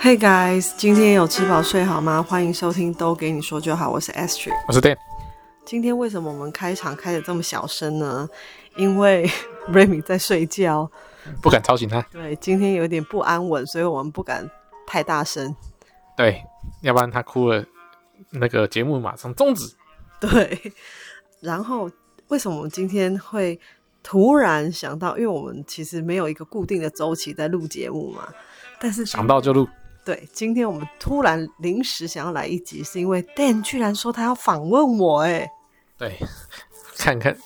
Hey guys，今天有吃饱睡好吗？欢迎收听都给你说就好，我是 Astrid。我是 Dan，今天为什么我们开场开的这么小声呢？因为 Remy 在睡觉，不敢吵醒他。对，今天有点不安稳，所以我们不敢太大声。对，要不然他哭了，那个节目马上终止。对，然后为什么我们今天会突然想到？因为我们其实没有一个固定的周期在录节目嘛，但是想到就录，对，今天我们突然临时想要来一集，是因为 Dan 居然说他要访问我、欸，哎，对，看看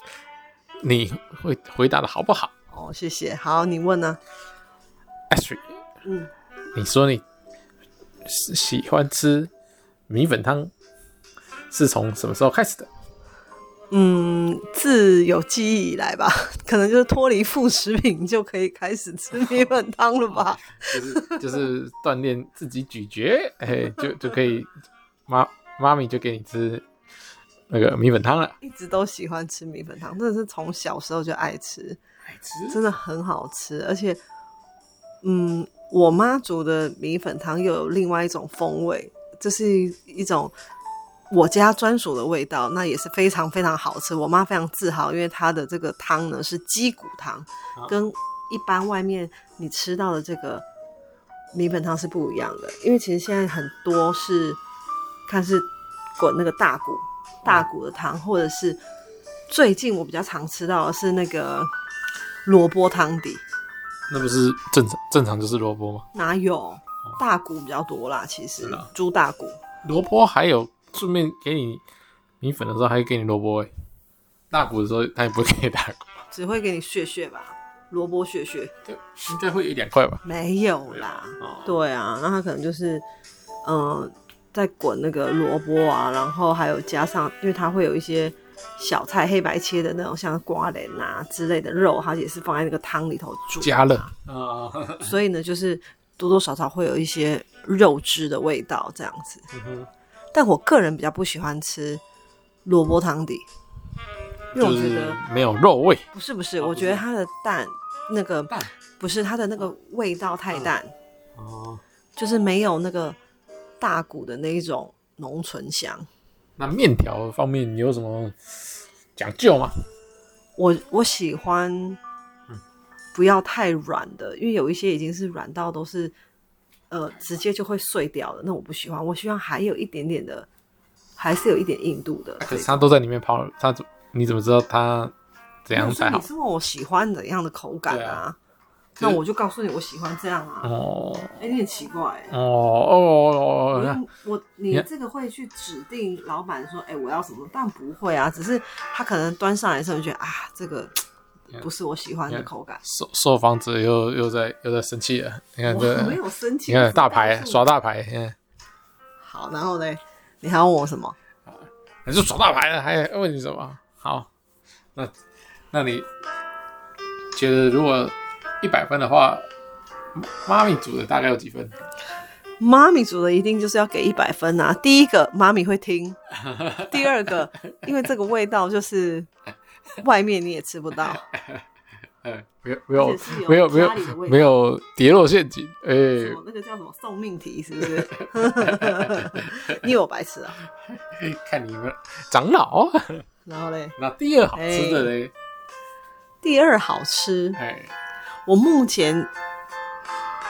你会回答的好不好。哦，谢谢。好，你问呢、 Ashley，嗯，你说你喜喜欢吃米粉汤，是从什么时候开始的？嗯，自有记忆以来吧， 可能就是脱离副食品就可以开始吃米粉汤了吧？就是就是锻炼自己咀嚼，哎，就就可以妈妈咪就给你吃那个米粉汤了。一直都喜欢吃米粉汤，真的是从小时候就爱吃，真的很好吃。而且，嗯，我妈煮的米粉汤又有另外一种风味，这是一种我家专属的味道，那也是非常非常好吃。我妈非常自豪，因为她的这个汤呢是鸡骨汤，跟一般外面你吃到的这个米粉汤是不一样的。因为其实现在很多是看是滚那个大骨大骨的汤，或者是最近我比较常吃到的是那个萝卜汤底，那不是正常正常就是萝卜吗？哪有大骨比较多啦？其实哦是啊猪大骨萝卜还有顺便给你米粉的时候，还会给你萝卜哎。大骨的时候，他也不会给你大骨，只会给你血血吧，萝卜血血就应该会有一两块吧。没有啦。哦，对啊，那它可能就是，嗯、在滚那个萝卜啊，然后还有加上，因为它会有一些小菜黑白切的那种，像瓜莲啊之类的肉，它也是放在那个汤里头煮，加热啊，所以呢，就是多多少少会有一些肉汁的味道这样子。嗯但我个人比较不喜欢吃萝卜汤底，因为我就觉是得没有肉味，不是不是，哦我不是觉得它的蛋那个蛋嗯不是它的那个味道太淡，哦，就是没有那个大骨的那一种浓醇香。那面条方面你有什么讲究吗？我我喜欢嗯不要太软的，因为有一些已经是软到都是呃直接就会碎掉的，那我不喜欢。我希望还有一点点的，还是有一点硬度的。可是他都在里面泡，他怎你怎么知道他怎样我说才你好？是问我喜欢怎样的口感对啊啊？那我就告诉你我喜欢这样啊。哦哎、你很奇怪、欸。哦哦我哦，用我你你这个会去指定老板说，哎、我要什么？但不会啊，只是他可能端上来的时候，你觉得啊，这个你看不是我喜欢的你看口感。受受访者又又在又在生气了，你看我没这，有生气，你看我大牌告诉你耍大牌，嗯。好，然后呢，你还要问我什么？你是耍大牌了，还问你什么？好，那那你觉得如果一百分的话，妈咪煮的大概有几分？妈咪煮的一定就是要给一百分啊！第一个，妈咪会 听；第二个，因为这个味道就是外面你也吃不 到。呃，没有没有而且是有没有没家里的有味道没有跌落陷阱，哎、什么那个叫什么送命题是不是？ 你以为我白痴啊？哎看你们长老。啊然后嘞， 那第二好吃的嘞，第二好吃，哎、我目前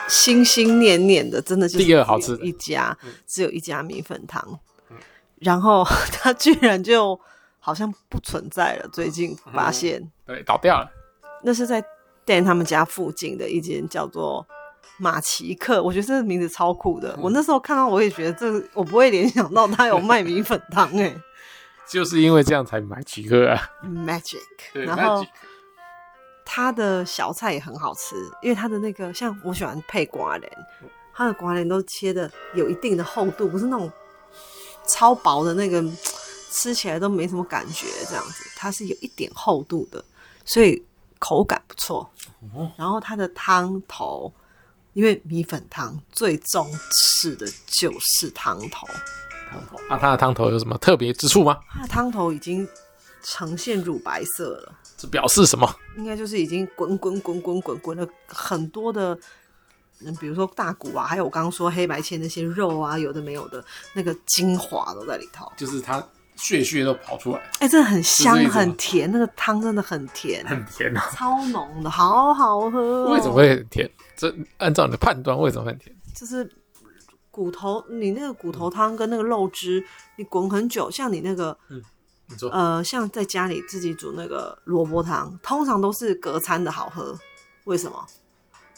心心念念的，真的就是第二好吃的嗯只有一家，只有一家米粉汤，然后它居然就好像不存在了。最近发现，对，倒掉了。那是在 Dan 他们家附近的一间叫做。马奇克，我觉得这个名字超酷的。嗯我那时候看到，我也觉得这个我不会联想到他有 卖米粉汤哎、就是因为这样才买奇克啊， m a g i 对 c 然后，magic 它的小菜也很好吃，因为它的那个像我喜欢配瓜莲，它的瓜莲都切的有一定的厚度，不是那种超薄的那个，吃起来都没什么感觉这样子，它是有一点厚度的，所以口感不错。然后它的汤头，因为米粉汤最重视的就是汤头，汤头啊，它的汤头有什么特别之处吗？它的汤头已经呈现乳白色了。这表示什么？应该就是已经滚滚滚滚滚滚了很多的嗯，比如说大骨啊，还有我刚刚说黑白切那些肉啊，有的没有的那个精华都在里头。就是它血血都跑出来，哎、真的很香是这一种很甜，那个汤真的很甜，很甜啊！超浓的，好好喝、哦为什么？会很甜？这按照你的判断，为什么会很甜？就是骨头，你那个骨头汤跟那个肉汁，你滚很久，像你那个你说呃，像在家里自己煮那个萝卜汤，通常都是隔餐的好喝，为什么？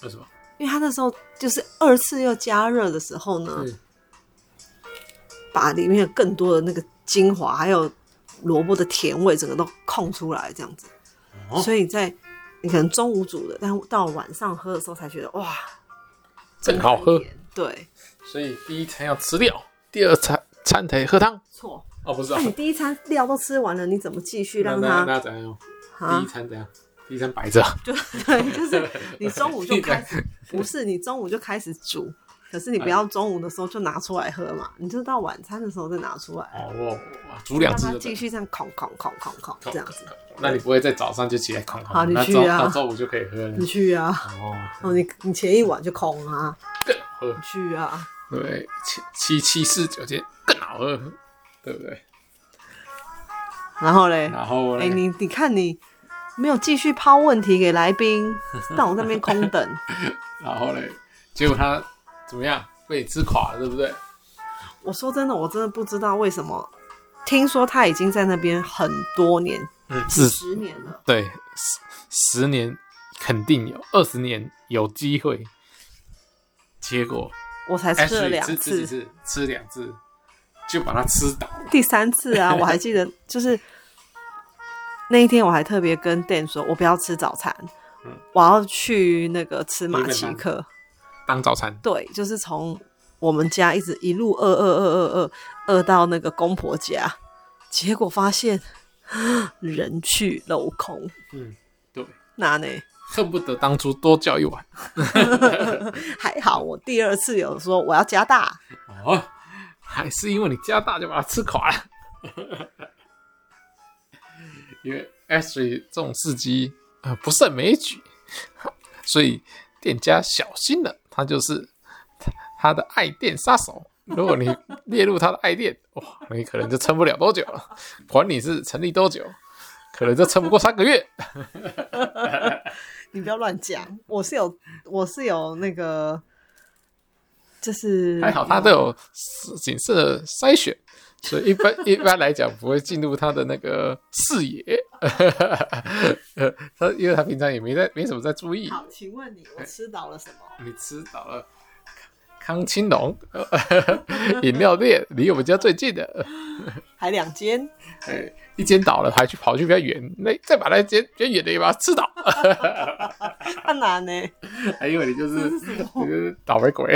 为什么？因为它那时候就是二次又加热的时候呢，是把里面有更多的那个精华，还有萝卜的甜味，整个都控出来，这样子。哦所以在你可能中午煮的，但到晚上喝的时候才觉得哇，真好喝还原。对，所以第一餐要吃料，第二餐餐得喝汤。错。哦，不是那啊，你第一餐料都吃完了，你怎么继续那哎让那它那怎样用？ 第啊一？餐怎样？第一餐摆着，就对，就是你中午就 开始，不是你中午就开始煮，可是你不要中午的时候就拿出来喝嘛，你就到晚餐的时候再拿出来，哦，我我煮两让只它就继对续这样孔孔孔孔孔这了样子。那你不会在早上就起来空空？好你那去周啊那周五就可以喝了你。去啊。哦，哦，你你前一晚就空啊，更好喝。去啊，对，七七七四九间更好喝，对不对？ 然后嘞，然后哎、嘞，你你看你没有继续抛问题给来宾， 让我在那边空等，然后嘞，结果他怎么样？被你吃垮了，对不对？我说真的，我真的不知道为什么，听说他已经在那边很多年，嗯，几是，十年了，对，十十年肯定有，二十年有机会。结果我才吃了 Ashley 两吃吃次，几次，吃两次就把它吃倒了。第三次啊，我还记 得就是那一天，我还特别跟 Dan 说，我不要吃早餐，嗯我要去那个吃马日本奇餐克。当早餐，对，就是从我们家一直一路饿饿饿饿饿饿到那个公婆家，结果发现人去楼空，嗯，对，那呢？恨不得当初多叫一碗。还好我第二次有说我要加大，哦，还是因为你加大就把它吃垮了。 因为 Ashley 这种事迹啊、呃不胜枚举，所以店家小心了，他就是他他的爱店杀手。如果你列入他的爱店，哇，你可能就撑不了多久了。管你是成立多久，可能就撑不过三个月。你不要乱讲，我是有我是有那个，就是还好他都有谨慎的筛选，所以一 般一般来讲不会进入他的那个视野。 呃他因为他平常也没在没什么在注意。好，请问你我吃到了什么？你吃到了康康青龙 饮料店，离我们家最近的，还两间，哎，一间倒了还去跑去比较远，那再把那间比较远的也把它吃倒。啊哪呢？ 还以为你就是你哦就是倒霉鬼，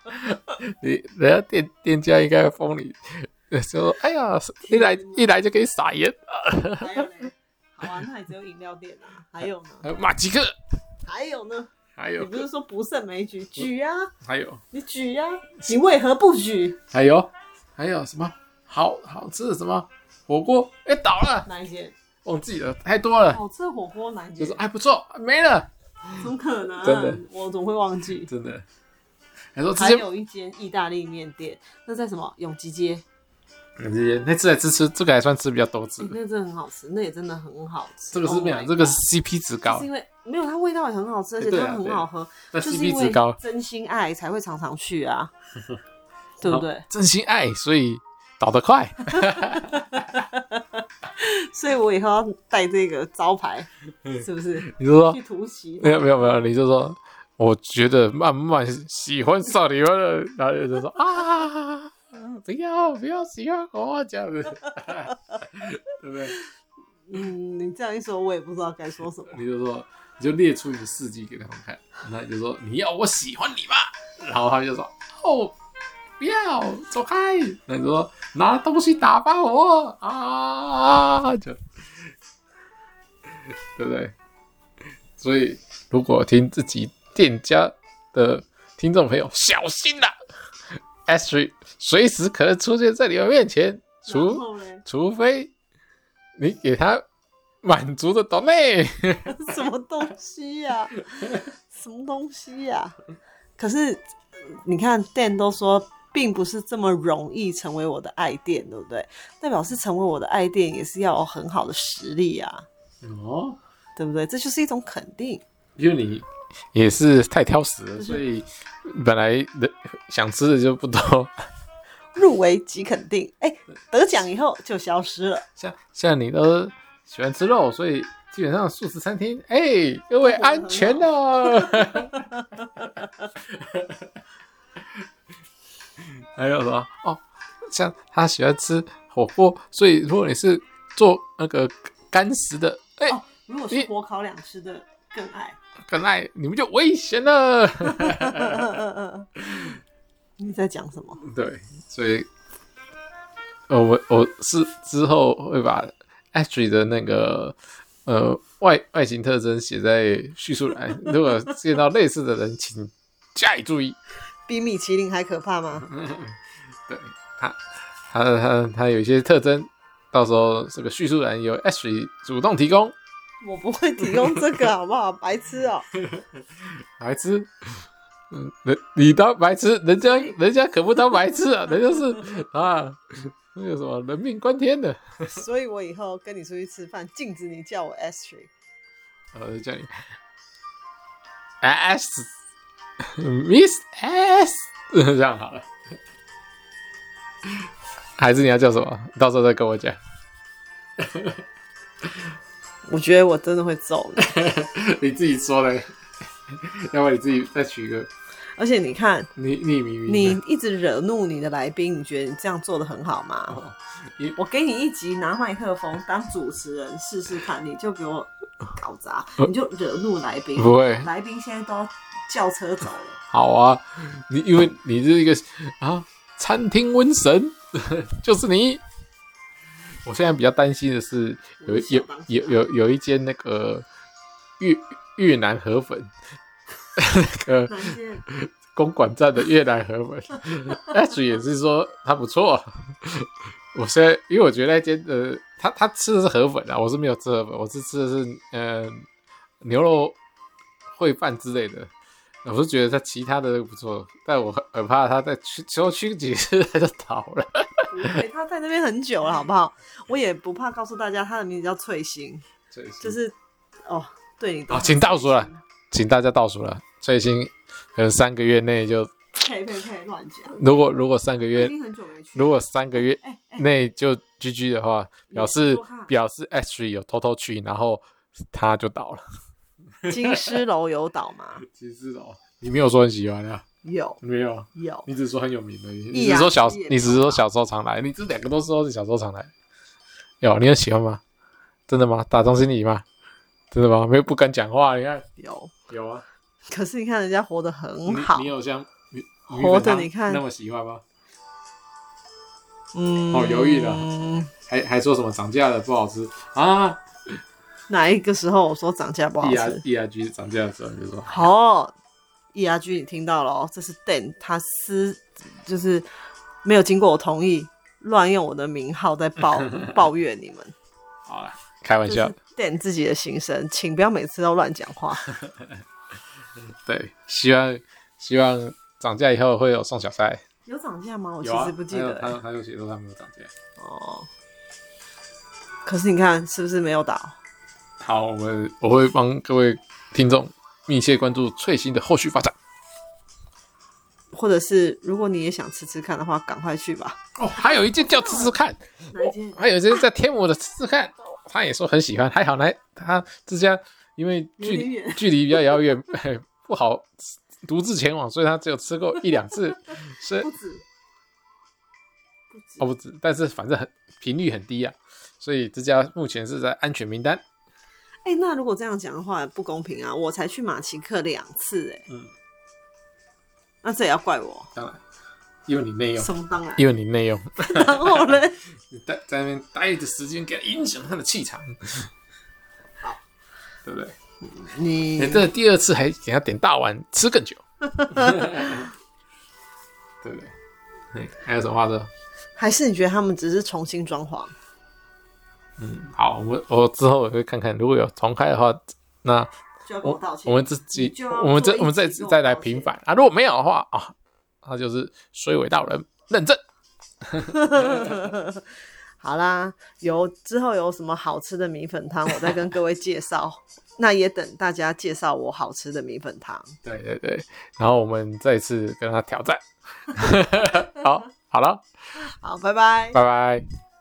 你人家店店家应该会封你，说哎呀，一来一来就给你撒盐，还有呢？好啊，那也只有饮料店啊，还有呢？还有马吉克，还有呢？还你有不是说不胜枚嗯举，举啊！还有你举呀、你为何不举？还有还有什么好好吃的什么火锅？哎、倒了，哪一间？忘记了，太多了，好吃火锅哪一就间是？哎不错，没了，怎么可能？真的我总会忘记。真的。还说直还接有一间意大利面店，那在什么永吉街、直接那次来吃吃这个还算吃比较多吃诶的，那真的很好吃，那也真的很好吃。这个是 Oh my 没有，这个是 God CP 值高是，因为没有它味道也很好吃，而且对啊它很对好喝，那就是因 CP 为值高，真心爱才会常常去 啊，对不对？真心爱，所以倒得快。所以我以后要带这个招牌，嗯是不是？你就说去突袭没有没有没有，你就说我觉得慢慢喜欢上你们了，然后就说啊，不要不要喜欢我这样子， 对不对？嗯，你这样一说，我也不知道该说什么。你就说你就列出你的事迹给他们看，那你就说你要我喜欢你吧，然后他们就说哦。不要走开！那你就说拿东西打发我啊，就对不对？所以如果听自己店家的听众朋友，小心啦 a s h l e y 随时可能出现在你们面前，然除后嘞， 除非你给他满足的 d o 什么东西呀、什么东西呀、可是你看店都说并不是这么容易成为我的爱店，对不对？代表是成为我的爱店也是要有很好的实力啊，哦，对不对？这就是一种肯定。因为你也是太挑食了，所以本来的想吃的就不多。 入围即肯定，哎、得奖以后就消失了。像像你都喜欢吃肉，所以基本上素食餐厅，哎、各位安全哦。 还有什么？哦，像他喜欢吃火锅，所以如果你是做那个干食的，哎、哦，如果是火烤两吃的更爱。本来你们就危险了。哎 你在讲什么？ 对，所以，呃，我我是之后会把 Ashley 的那个呃外外形特征写在叙述栏。如果见到类似的人，请加以注意。 比米其林还可怕吗？ 对他，他他他有一些特征，到时候这个叙述栏由 Ashley 主动提供。我不会提供这个，好不好？白痴哦、白痴，嗯，人你当白痴，人家人家可不当白痴啊，人家是啊，那个什么人命关天的。 所以我以后跟你出去吃饭，禁止你叫我 S 区。呃，叫你 S Miss S，这 样好了。还是你要叫什么？到时候再跟我讲。我觉得我真的会揍 你。你自己说的，要不然你自己再取一个而且你看，匿匿名名你字。一直惹怒你的来宾，你觉得你这样做的很好吗？哦你我给你一集拿麦克风当主持人试试看，你就给我搞砸，你就惹怒来宾。哦不会来宾现在都要叫车走 了。好啊，你因为你是一个啊餐厅瘟神， 就是你。我现在比较担心的是，有有有有有一间那个越越南河粉，那个哪些？公馆站的越南河粉，H 也是说它不错。我现在因为我觉得那间呃，他他吃的是河粉啊，我是没有吃河粉，我是吃的是呃牛肉烩饭之类的。我是觉得他其他的都不错，但我很很怕他再去之后去几次他就倒了。不会他在那边很久 了，好不好？我也不怕告诉大家，他的名字叫翠心，就是嗯哦，对你的好，请倒数了，请大家倒数了。最新可能三个月内就，呸呸呸，乱讲，如果如果三个已月经很久没去。如果三个月哎哎，内就 GG 的话，表示多哈表示 Ashley 有偷偷去，然后他就倒了。 金狮楼有岛吗？ 其实哦，你没有说很喜欢啊，有没有，有，你只说很有名而已。一你只阳说小一，夜你只说小时候常来，你这两个都说是小时候常来。有，你很喜欢吗？真的吗？打从心里吗？真的吗？没有不敢讲话，你看有，有啊，可是你看人家活得很你好你，有像你你活的本来你看那么喜欢吗？嗯，好犹豫了还还说什么涨价了不好吃啊？哪一个时候我说涨价不好 E R 吃？ E R G 涨价的时候你就说哦，E R G 你听到了哦，这是 Dan 他私就是没有经过我同意，乱用我的名号在 抱抱怨你们，好了，开玩就笑是，Dan 自己的心声，请不要每次都乱讲 话。对，希望希望涨价以后会有送小菜，有涨价吗？我其有啊实不记得、欸他有他有写说他没有涨价。哦。可是你看，是不是没有倒？好，我们我会帮各位听众密切关注翠星的后续发展。或者是如果你也想吃吃看的话，赶快去吧。哦，还有一件叫吃吃看，哦哪一间？还有一件在天母的吃吃看，他也说很喜欢，还好来他这家因为距有点离远距离比较遥远， 不好独自前往，所以他只有吃过一两次，所以不止，不止。哦，不止，但是反正很频率很低啊，所以这家目前是在安全名单。哎、那如果这样讲的话，不公平啊！我才去马奇克两次、哎，嗯，那这也要怪我？当然，因为你内用，什么当然？啊因为你内用， 然后呢？你待在那边待的时间，给他影响他的气场，对不对？你你这第二次还给他点大碗，吃 更久，对不对？嗯，还有什么话说？还是你觉得他们只是重新装潢？好，我我之后我会看看，如果有重开的话，那就要跟我道歉。我们自己就要，我们做这一我们再集跟我再来道平歉反啊！如果没有的话啊，他就是水尾道人认证。 好啦，有之后有什么好吃的米粉汤，我再跟各位介绍。那也等大家介绍我好吃的米粉汤。对对对，然后我们再 次跟他挑战。好，好了，好，拜拜。拜拜。